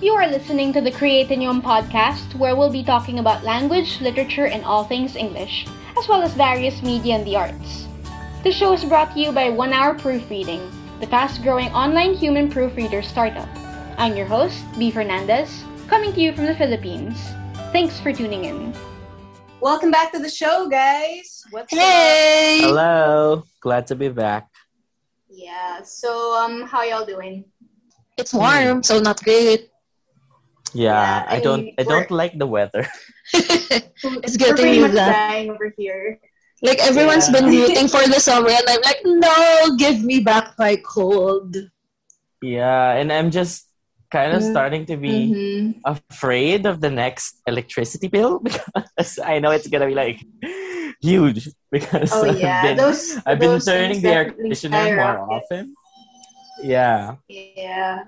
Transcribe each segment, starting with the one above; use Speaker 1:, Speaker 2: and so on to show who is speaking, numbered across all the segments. Speaker 1: You are listening to the Create in Yom podcast, where we'll be talking about language, literature, and all things English, as well as various media and the arts. The show is brought to you by One Hour Proofreading, the fast growing online human proofreader startup. I'm your host, B. Fernandez, coming to you from the Philippines. Thanks for tuning in.
Speaker 2: Welcome back to the show, guys. What's
Speaker 3: Hey!
Speaker 4: Hello. Glad to be
Speaker 2: up?
Speaker 4: back.
Speaker 2: Yeah. So, um, how y'all doing?
Speaker 3: It's warm, so not great.
Speaker 4: Yeah,
Speaker 2: Yeah,
Speaker 4: I don't
Speaker 2: I
Speaker 4: I don't
Speaker 2: work.
Speaker 4: like the weather.
Speaker 3: It's
Speaker 2: We're
Speaker 3: good to
Speaker 2: pretty
Speaker 3: hear
Speaker 2: much
Speaker 3: that.
Speaker 2: dying over here.
Speaker 3: like everyone's
Speaker 4: Yeah.
Speaker 3: been rooting for the summer, and I'm like, no, give me back my cold.
Speaker 4: Yeah, and I'm just kind of
Speaker 3: Mm.
Speaker 4: starting to be
Speaker 2: Mm-hmm.
Speaker 4: afraid of the next electricity bill because I know it's gonna be like huge because
Speaker 2: Oh yeah,
Speaker 4: I've been,
Speaker 2: those.
Speaker 4: I've been
Speaker 2: those
Speaker 4: turning
Speaker 2: things
Speaker 4: the air
Speaker 2: definitely
Speaker 4: conditioner more
Speaker 2: skyrocket.
Speaker 4: often. Yeah,
Speaker 2: Yeah,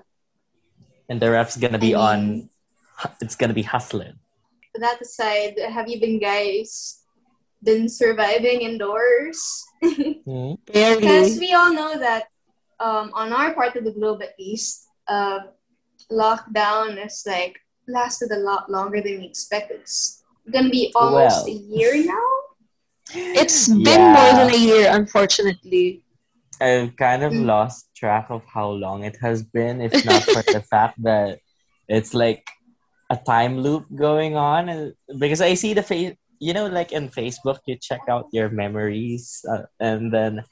Speaker 4: and the ref's gonna be
Speaker 2: I
Speaker 4: on.
Speaker 2: mean-
Speaker 4: It's gonna be hustling.
Speaker 2: But that aside, have you been guys been surviving indoors?
Speaker 4: Hmm?
Speaker 2: Because
Speaker 3: Barely.
Speaker 2: we all know that um, on our part of the globe, at least, uh, lockdown has like lasted a lot longer than we expected. It's gonna be almost
Speaker 4: Well.
Speaker 2: a year now.
Speaker 3: It's been
Speaker 4: Yeah.
Speaker 3: more than a year, unfortunately.
Speaker 4: I've kind of
Speaker 2: Mm.
Speaker 4: lost track of how long it has been, if not for the fact that it's like a time loop going on. And because I see the face, you know, like in Facebook, you check out your memories, uh, and then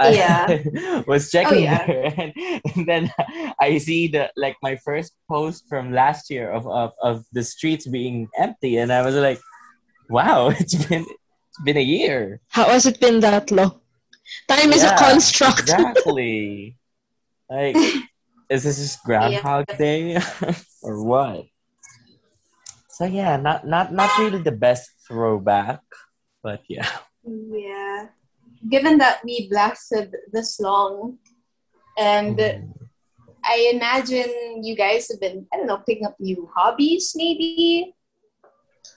Speaker 4: I
Speaker 2: Yeah. Oh,
Speaker 4: was checking
Speaker 2: yeah.
Speaker 4: there, and, and then I see the like my first post from last year of of, of the streets being empty, and I was like, wow, it's been it's been a year.
Speaker 3: How has it been that long? Time is a
Speaker 4: Yeah,
Speaker 3: construct.
Speaker 4: Exactly. like, is this just Groundhog Day or what? So yeah, not not not really the best throwback, but yeah,
Speaker 2: Yeah. Given that we blasted this long, and
Speaker 4: Mm-hmm.
Speaker 2: I imagine you guys have been, I don't know, picking up new hobbies maybe.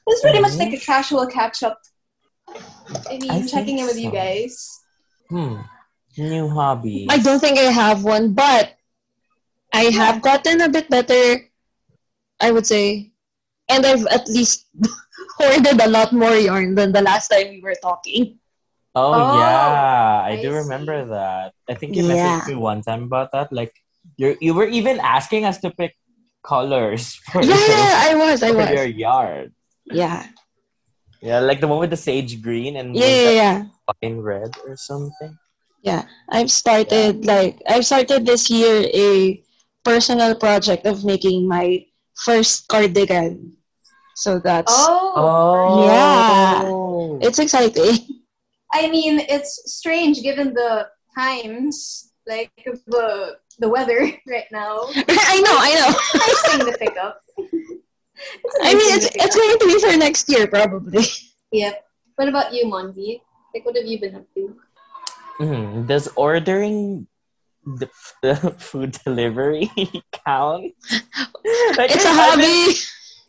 Speaker 2: This is pretty much
Speaker 4: Mhm.
Speaker 2: like a casual catch up. I mean,
Speaker 4: I
Speaker 2: checking in
Speaker 4: think
Speaker 2: with you
Speaker 4: so.
Speaker 2: guys.
Speaker 4: hmm. new hobby.
Speaker 3: I don't think I have one, but I have gotten a bit better, I would say. And I've at least hoarded a lot more yarn than the last time we were talking.
Speaker 4: Oh,
Speaker 2: Oh,
Speaker 4: yeah,
Speaker 2: I
Speaker 4: I, do
Speaker 2: see.
Speaker 4: remember that. I think you
Speaker 3: Yeah.
Speaker 4: messaged me one time about that. Like, you you were even asking us to pick colors for,
Speaker 3: Yeah,
Speaker 4: your,
Speaker 3: I was, I
Speaker 4: for your
Speaker 3: was.
Speaker 4: yard.
Speaker 3: Yeah.
Speaker 4: Yeah, like the one with the sage green and
Speaker 3: Yeah, yeah, yeah.
Speaker 4: in red or something.
Speaker 3: I've started like I've started this year a personal project of making my first cardigan. So that's
Speaker 2: Oh,
Speaker 4: Oh,
Speaker 3: Yeah. it's exciting.
Speaker 2: I mean, it's strange given the times, like the the weather right now.
Speaker 3: I know, I know.
Speaker 2: nice thing to pick up. It's a
Speaker 3: I
Speaker 2: nice
Speaker 3: mean
Speaker 2: thing
Speaker 3: it's
Speaker 2: to pick
Speaker 3: it's
Speaker 2: up.
Speaker 3: going to be for next year probably.
Speaker 2: Yep. What about you, Mondi? Like, what have you been up to?
Speaker 4: Mhm. Does ordering the, the food delivery count? Like,
Speaker 3: It's a
Speaker 4: I've been-
Speaker 3: hobby.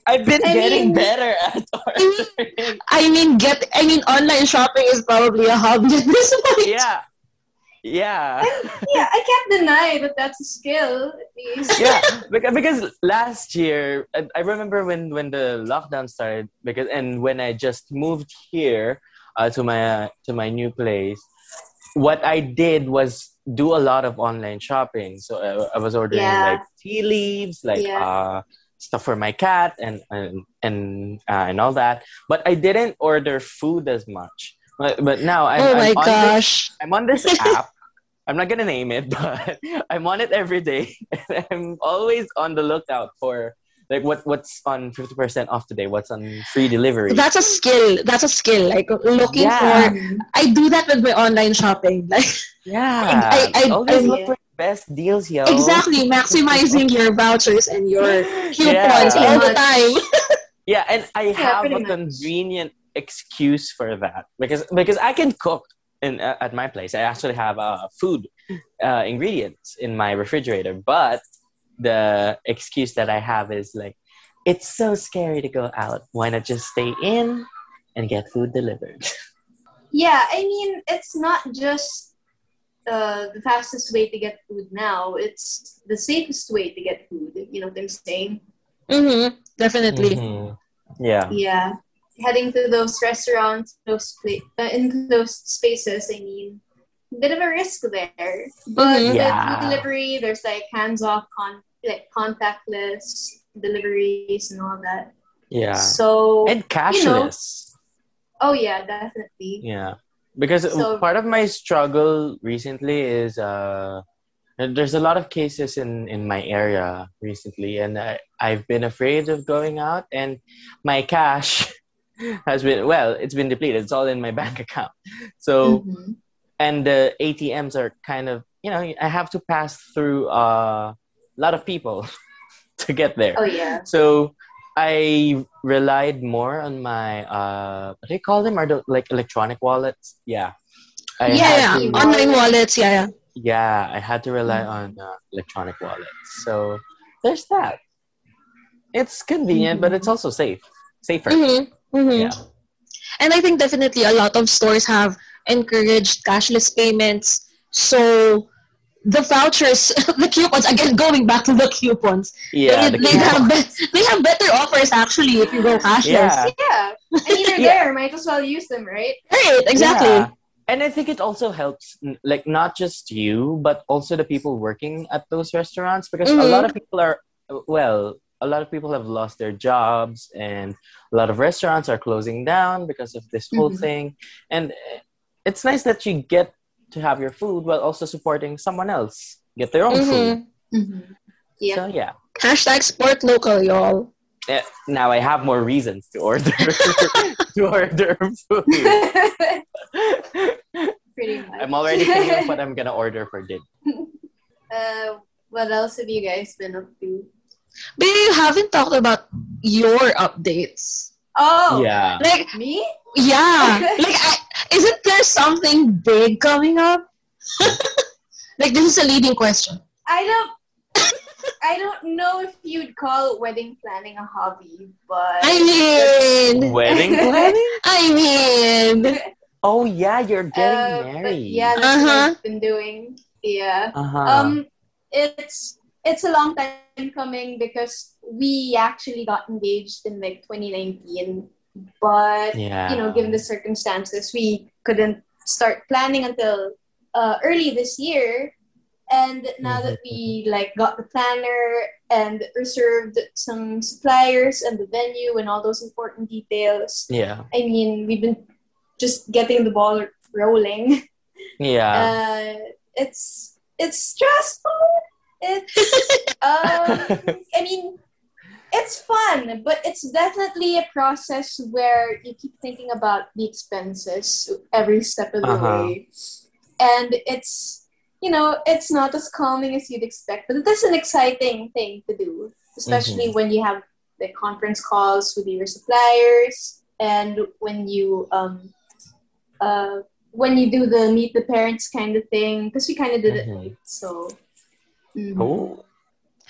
Speaker 4: I've been
Speaker 2: I
Speaker 4: getting
Speaker 2: mean-
Speaker 4: better at
Speaker 3: mean-
Speaker 4: ordering.
Speaker 3: I mean get I mean online shopping is probably a hobby at this point.
Speaker 4: yeah, yeah,
Speaker 2: Yeah, I can't deny that that's a skill, at least.
Speaker 4: yeah. Beca- Because last year, I- I remember when when the lockdown started. Because and when I just moved here uh, to my uh, to my new place, what I did was do a lot of online shopping. So uh, I, I was ordering
Speaker 2: Yeah.
Speaker 4: like tea leaves, like
Speaker 2: Yeah.
Speaker 4: uh, stuff for my cat, and and and, uh, and all that. But I didn't order food as much. But, but now I'm,
Speaker 3: oh
Speaker 4: I'm
Speaker 3: my
Speaker 4: on this-
Speaker 3: gosh.
Speaker 4: I'm on this app. I'm not gonna name it, but I'm on it every day. I'm always on the lookout for like what what's on fifty percent off today, what's on free delivery.
Speaker 3: That's a skill. That's a skill. Like looking
Speaker 4: Yeah.
Speaker 3: for I do that with my online shopping. Like
Speaker 4: yeah,
Speaker 3: I- I-
Speaker 4: always
Speaker 2: I-
Speaker 4: look for the best deals, yo.
Speaker 3: exactly maximizing your vouchers and your coupons
Speaker 4: Yeah.
Speaker 3: all the
Speaker 2: Pretty
Speaker 3: time.
Speaker 4: Yeah, and I have
Speaker 2: pretty
Speaker 4: a
Speaker 2: much.
Speaker 4: convenient excuse for that because because I can cook in uh, at my place. I actually have uh, food uh, ingredients in my refrigerator, but the excuse that I have is like, it's so scary to go out. Why not just stay in and get food delivered?
Speaker 2: Yeah, I mean, it's not just uh, the fastest way to get food now, it's the safest way to get food. You know what I'm saying?
Speaker 3: Mm-hmm. Definitely.
Speaker 4: Mhm. Yeah.
Speaker 2: Yeah. Heading to those restaurants, those pla- uh, in those spaces, I mean, bit of a risk there. But
Speaker 3: Mhm.
Speaker 2: with
Speaker 4: Mm-hmm. Yeah.
Speaker 2: food delivery, there's like hands off, con- like contactless deliveries and all that.
Speaker 4: Yeah.
Speaker 2: So,
Speaker 4: and cashless.
Speaker 2: oh yeah, definitely.
Speaker 4: Yeah. Because
Speaker 2: So-
Speaker 4: part of my struggle recently is uh there's a lot of cases in in my area recently and I, I've been afraid of going out and my cash has been well, it's been depleted. It's all in my bank account. So
Speaker 2: Mhm.
Speaker 4: and the ATMs are kind of you know I have to pass through uh, a lot of people to get there.
Speaker 2: Oh yeah.
Speaker 4: So I relied more on my uh, what do you call them? Are those like electronic wallets? Yeah. I
Speaker 3: yeah,
Speaker 4: had
Speaker 3: yeah.
Speaker 4: to-
Speaker 3: Online wallets. Yeah, yeah.
Speaker 4: yeah, I had to rely
Speaker 3: Mm-hmm.
Speaker 4: on uh, electronic wallets. So there's that. It's convenient, but it's also safe, safer.
Speaker 3: Mm-hmm. Mm-hmm.
Speaker 4: Yeah.
Speaker 3: And I think definitely a lot of stores have encouraged cashless payments. So the vouchers, the coupons, again, going back to the coupons,
Speaker 4: Yeah.
Speaker 3: they,
Speaker 4: the
Speaker 3: they
Speaker 4: coupon.
Speaker 3: have be- they have better offers actually if you go cashless.
Speaker 4: Yeah.
Speaker 2: Yeah. I mean, they're
Speaker 4: Yeah.
Speaker 2: there. Might as well use them, right?
Speaker 3: Right, exactly.
Speaker 4: Yeah. And I think it also helps, n- like, not just you, but also the people working at those restaurants because a
Speaker 3: Mhm.
Speaker 2: Mm-hmm.
Speaker 4: lot of people are, well, a lot of people have lost their jobs and a lot of restaurants are closing down because of this whole
Speaker 2: Mhm.
Speaker 4: thing. And eh, it's nice that you get to have your food while also supporting someone else, get their own food.
Speaker 3: Mhm.
Speaker 2: Mm-hmm.
Speaker 4: Hmm.
Speaker 2: Yeah.
Speaker 4: So, yeah.
Speaker 3: Hashtag sport local, y'all.
Speaker 4: Eh, Now I have more reasons to order to order food.
Speaker 2: Pretty much.
Speaker 4: I'm already thinking of what I'm gonna order for dinner.
Speaker 2: uh, what else have you guys been up to?
Speaker 3: But you haven't talked about your updates.
Speaker 2: Oh,
Speaker 4: Yeah.
Speaker 3: Like,
Speaker 2: me?
Speaker 3: yeah. like, I, isn't there something big coming up? like, this is a leading question.
Speaker 2: I don't. I don't know if you'd call wedding planning a hobby, but
Speaker 3: I mean,
Speaker 4: Wedding planning?
Speaker 3: I mean,
Speaker 4: Oh yeah, you're
Speaker 2: uh,
Speaker 4: getting
Speaker 2: but
Speaker 4: married.
Speaker 2: yeah, that's what
Speaker 3: Uh-huh.
Speaker 2: I've been doing. Yeah.
Speaker 4: Uh-huh.
Speaker 2: Um, it's it's a long time coming because we actually got engaged in like 2019, but
Speaker 4: yeah.
Speaker 2: you know, given the circumstances, we couldn't start planning until uh, early this year. And now that we like got the planner and reserved some suppliers and the venue and all those important details,
Speaker 4: Yeah.
Speaker 2: I mean, we've been just getting the ball rolling.
Speaker 4: Yeah.
Speaker 2: Uh, it's it's stressful. It's um, I mean, it's fun, but it's definitely a process where you keep thinking about the expenses every step of the
Speaker 4: Uh-huh.
Speaker 2: way. And it's, you know, it's not as calming as you'd expect, but it is an exciting thing to do, especially when you have the conference calls with your suppliers and when you, um, uh, when you do the meet the parents kind of thing, because we kind of did
Speaker 4: Mhm.
Speaker 2: it, Mm-hmm. so. mhm.
Speaker 4: oh.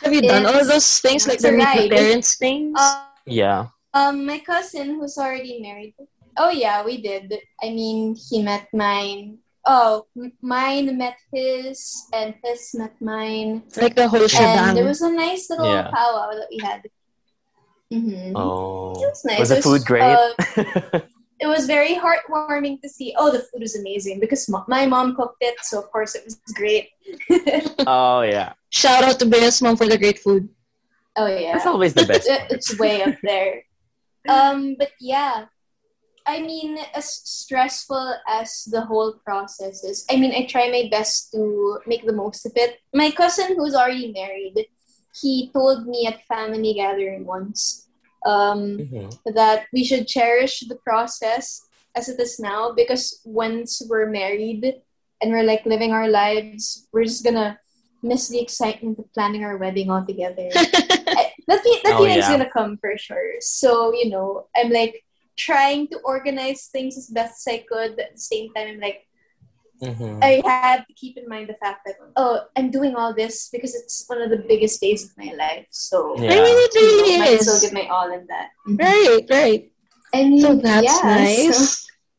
Speaker 3: have you done all
Speaker 2: It's-
Speaker 3: those things like
Speaker 2: it's
Speaker 3: the
Speaker 2: a
Speaker 3: meet the
Speaker 2: ride.
Speaker 3: parents things?
Speaker 2: Uh,
Speaker 4: Yeah.
Speaker 2: Um, my cousin who's already married. Oh yeah, we did. I mean, he met mine. Oh, m- mine met his, and his met mine,
Speaker 3: like the
Speaker 2: and
Speaker 3: whole shebang.
Speaker 2: there was a nice little
Speaker 4: Yeah.
Speaker 2: powwow that we had. Mm-hmm.
Speaker 4: Oh.
Speaker 2: It was nice.
Speaker 4: Was the
Speaker 2: It
Speaker 4: food great?
Speaker 2: uh, it was very heartwarming to see. Oh, the food was amazing because mo- my mom cooked it, so of course it was great.
Speaker 4: oh yeah.
Speaker 3: Shout out to Bea's mom for the great food.
Speaker 2: Oh yeah.
Speaker 4: That's always the best.
Speaker 2: It- it's way up there. Um, but yeah, I mean, as stressful as the whole process is, I mean, I try my best to make the most of it. My cousin, who's already married, he told me at family gathering once um,
Speaker 4: Mhm.
Speaker 2: that we should cherish the process as it is now because once we're married and we're like living our lives, we're just gonna miss the excitement of planning our wedding altogether. I- that fe- that
Speaker 4: Oh,
Speaker 2: feeling's
Speaker 4: yeah.
Speaker 2: gonna come for sure. So you know, I'm like trying to organize things as best as I could. But at the same time, I'm like
Speaker 4: Mhm.
Speaker 2: I have to keep in mind the fact that oh, I'm doing all this because it's one of the biggest days of my life. So
Speaker 4: Yeah.
Speaker 3: I mean, it
Speaker 2: you know,
Speaker 3: really
Speaker 2: might as well
Speaker 3: is.
Speaker 2: give my all in that.
Speaker 3: Right, right.
Speaker 2: I mean,
Speaker 3: So that's
Speaker 2: yeah,
Speaker 3: nice.
Speaker 2: so-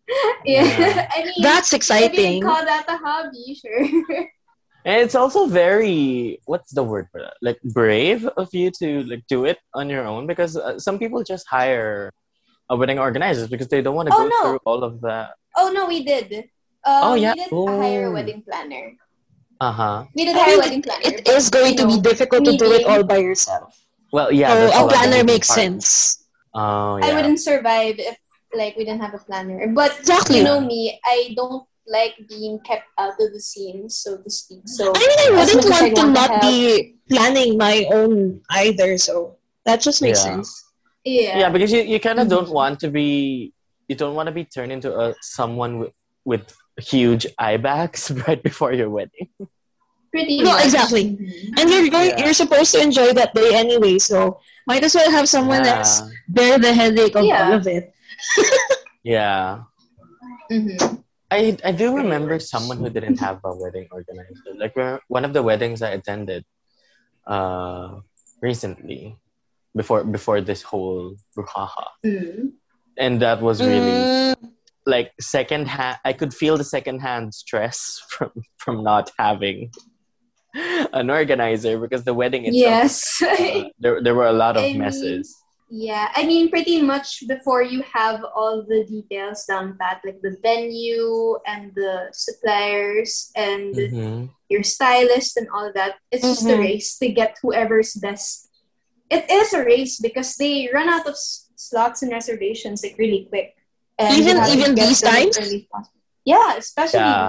Speaker 2: yeah,
Speaker 4: Yeah.
Speaker 2: I mean,
Speaker 3: That's
Speaker 2: if you can
Speaker 3: exciting.
Speaker 2: call that a hobby, sure.
Speaker 4: And it's also very what's the word for that? Like brave of you to like do it on your own because uh, some people just hire a wedding organizers because they don't want to
Speaker 2: Oh,
Speaker 4: go
Speaker 2: no.
Speaker 4: through all of that.
Speaker 2: Oh no, we did. Uh,
Speaker 4: Oh, yeah.
Speaker 2: We did hire a
Speaker 4: Oh.
Speaker 2: wedding planner.
Speaker 4: Uh huh.
Speaker 2: We did
Speaker 3: I
Speaker 2: hire a
Speaker 3: mean,
Speaker 2: wedding planner.
Speaker 3: It
Speaker 2: but,
Speaker 3: is going
Speaker 2: you
Speaker 3: to be
Speaker 2: know,
Speaker 3: difficult to do
Speaker 2: meeting.
Speaker 3: it all by yourself.
Speaker 4: Well, yeah. there's
Speaker 3: so a
Speaker 4: lot of
Speaker 3: planner
Speaker 4: moving
Speaker 3: makes
Speaker 4: parts.
Speaker 3: sense.
Speaker 4: Oh
Speaker 2: I
Speaker 4: yeah.
Speaker 2: wouldn't survive if like we didn't have a planner. But
Speaker 3: Exactly.
Speaker 2: you know me, I don't like being kept out of the scene, so to speak. So
Speaker 3: I mean, I
Speaker 2: As much
Speaker 3: wouldn't
Speaker 2: as
Speaker 3: want
Speaker 2: I
Speaker 3: to
Speaker 2: want to
Speaker 3: not
Speaker 2: help.
Speaker 3: be planning my own either, so that just makes
Speaker 4: Yeah.
Speaker 3: sense.
Speaker 2: yeah.
Speaker 4: Yeah, because you, you kind of
Speaker 3: Mhm.
Speaker 4: don't want to be you don't want to be turned into a someone with, with huge eye bags right before your wedding.
Speaker 2: pretty
Speaker 3: No,
Speaker 2: much.
Speaker 3: exactly.
Speaker 2: Mhm.
Speaker 3: And you're going,
Speaker 4: Yeah.
Speaker 3: you're supposed to enjoy that day anyway, so might as well have someone
Speaker 4: yeah.
Speaker 3: else bear the headache of
Speaker 2: Yeah.
Speaker 3: all of it.
Speaker 4: Yeah.
Speaker 2: Mhm.
Speaker 4: I, I do remember someone who didn't have a wedding organizer. Like re- one of the weddings I attended uh, recently, before before this whole brouhaha,
Speaker 2: Mhm.
Speaker 4: and that was really
Speaker 3: Mm,
Speaker 4: like second hand. I could feel the second hand stress from from not having an organizer because the wedding itself.
Speaker 2: Yes.
Speaker 4: uh, there there were a lot of
Speaker 2: I mean-
Speaker 4: messes.
Speaker 2: Yeah, I mean, pretty much before you have all the details down pat, like the venue and the suppliers and
Speaker 4: Mhm.
Speaker 2: your stylist and all that, it's just a
Speaker 3: Mhm.
Speaker 2: race to get whoever's best. It is a race because they run out of s- slots and reservations like really quick. And you
Speaker 3: Even-
Speaker 2: have to
Speaker 3: even
Speaker 2: get
Speaker 3: these
Speaker 2: them as
Speaker 3: times?
Speaker 2: early as possible. Yeah, especially
Speaker 4: Yeah.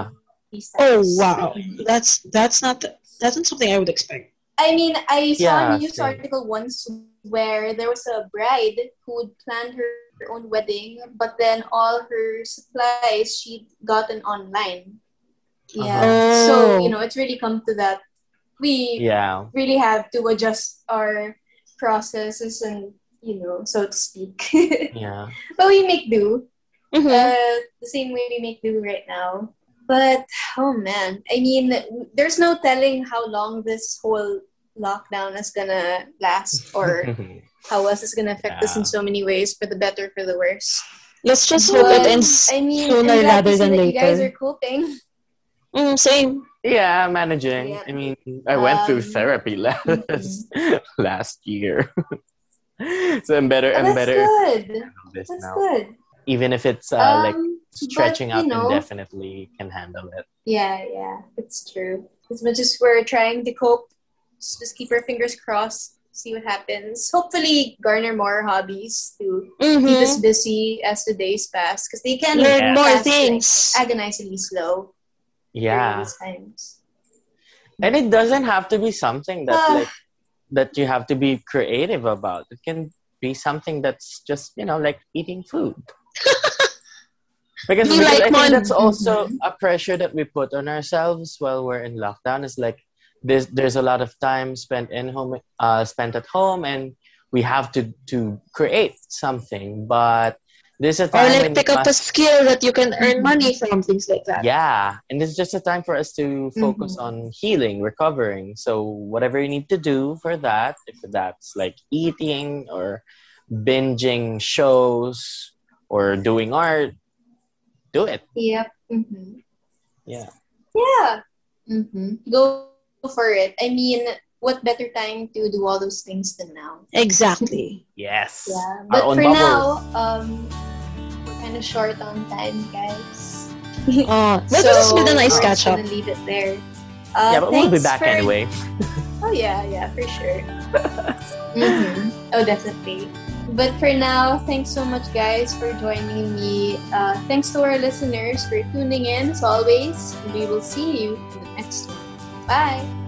Speaker 2: these
Speaker 3: oh
Speaker 2: times.
Speaker 3: wow, that's that's not that's not something I would expect.
Speaker 2: I mean, I saw
Speaker 4: Yeah,
Speaker 2: a news
Speaker 4: same.
Speaker 2: article once where there was a bride who had planned her own wedding, but then all her supplies she'd gotten online. Yeah.
Speaker 3: Uh-huh.
Speaker 2: So,
Speaker 3: Oh.
Speaker 2: you know, it's really come to that. We
Speaker 4: Yeah.
Speaker 2: really have to adjust our processes and, you know, so to speak.
Speaker 4: Yeah.
Speaker 2: but we make do
Speaker 3: Mhm.
Speaker 4: Mm-hmm.
Speaker 2: uh, the same way we make do right now. But oh man, I mean, there's no telling how long this whole lockdown is gonna last, or how else it's gonna affect us in
Speaker 4: Yeah.
Speaker 2: so many ways, for the better, for the worse.
Speaker 3: Let's just hope it
Speaker 2: But,
Speaker 3: ends.
Speaker 2: I mean,
Speaker 3: sooner
Speaker 2: I'm glad to
Speaker 3: rather
Speaker 2: see
Speaker 3: than
Speaker 2: that You guys
Speaker 3: later.
Speaker 2: are coping.
Speaker 3: Mm, same.
Speaker 4: Yeah, managing.
Speaker 2: Yeah.
Speaker 4: I mean, I went
Speaker 2: Um,
Speaker 4: through
Speaker 2: mm-hmm.
Speaker 4: therapy last last year, so I'm better.
Speaker 2: Oh,
Speaker 4: I'm
Speaker 2: that's
Speaker 4: better
Speaker 2: good.
Speaker 4: handle this
Speaker 2: That's
Speaker 4: now.
Speaker 2: good.
Speaker 4: Even if it's uh, like
Speaker 2: Um,
Speaker 4: stretching
Speaker 2: but,
Speaker 4: out
Speaker 2: you know,
Speaker 4: indefinitely, can handle it.
Speaker 2: Yeah, yeah, it's true. As much as we're trying to cope, just just keep our fingers crossed, see what happens. Hopefully, garner more hobbies to keep
Speaker 4: Mm-hmm.
Speaker 2: us
Speaker 3: Mhm.
Speaker 2: busy as the days pass because they can
Speaker 3: Learn
Speaker 4: Yeah.
Speaker 3: more
Speaker 2: pass, like,
Speaker 3: things.
Speaker 2: agonizingly slow during
Speaker 4: Yeah,
Speaker 2: these times.
Speaker 4: and it doesn't have to be something that
Speaker 2: Ah.
Speaker 4: like that you have to be creative about. It can be something that's just you know like eating food. Because,
Speaker 3: You
Speaker 4: because
Speaker 3: like
Speaker 4: I think
Speaker 3: one-
Speaker 4: that's also a pressure that we put on ourselves while we're in lockdown. Is like there's there's a lot of time spent in home, uh, spent at home, and we have to to create something. But there's a
Speaker 3: Or
Speaker 4: time when
Speaker 3: like
Speaker 4: you
Speaker 3: pick up a
Speaker 4: must-
Speaker 3: skill that you can earn money from things like that.
Speaker 4: yeah, and it's just a time for us to focus
Speaker 2: Mhm.
Speaker 4: on healing, recovering. So whatever you need to do for that, if that's like eating or binging shows or doing art, do it.
Speaker 2: Yep. Mm-hmm.
Speaker 4: Yeah.
Speaker 2: Yeah. Mm-hmm. Go for it. I mean, what better time to do all those things than now?
Speaker 3: Exactly.
Speaker 4: Yes.
Speaker 2: Yeah.
Speaker 4: Our
Speaker 2: But
Speaker 4: own
Speaker 2: for
Speaker 4: bubble.
Speaker 2: now, um, we're kind of short on time, guys.
Speaker 3: Uh, but this has been a nice
Speaker 2: we're
Speaker 3: catch
Speaker 2: just
Speaker 3: up.
Speaker 2: gonna leave it there. Uh,
Speaker 4: yeah, but we'll be
Speaker 2: thanks
Speaker 4: back
Speaker 2: for-
Speaker 4: anyway.
Speaker 2: Oh yeah, yeah, for sure. Mhm. Oh, definitely. But for now, thanks so much, guys, for joining me. Uh, thanks to our listeners for tuning in. As always, we will see you in the next one. Bye.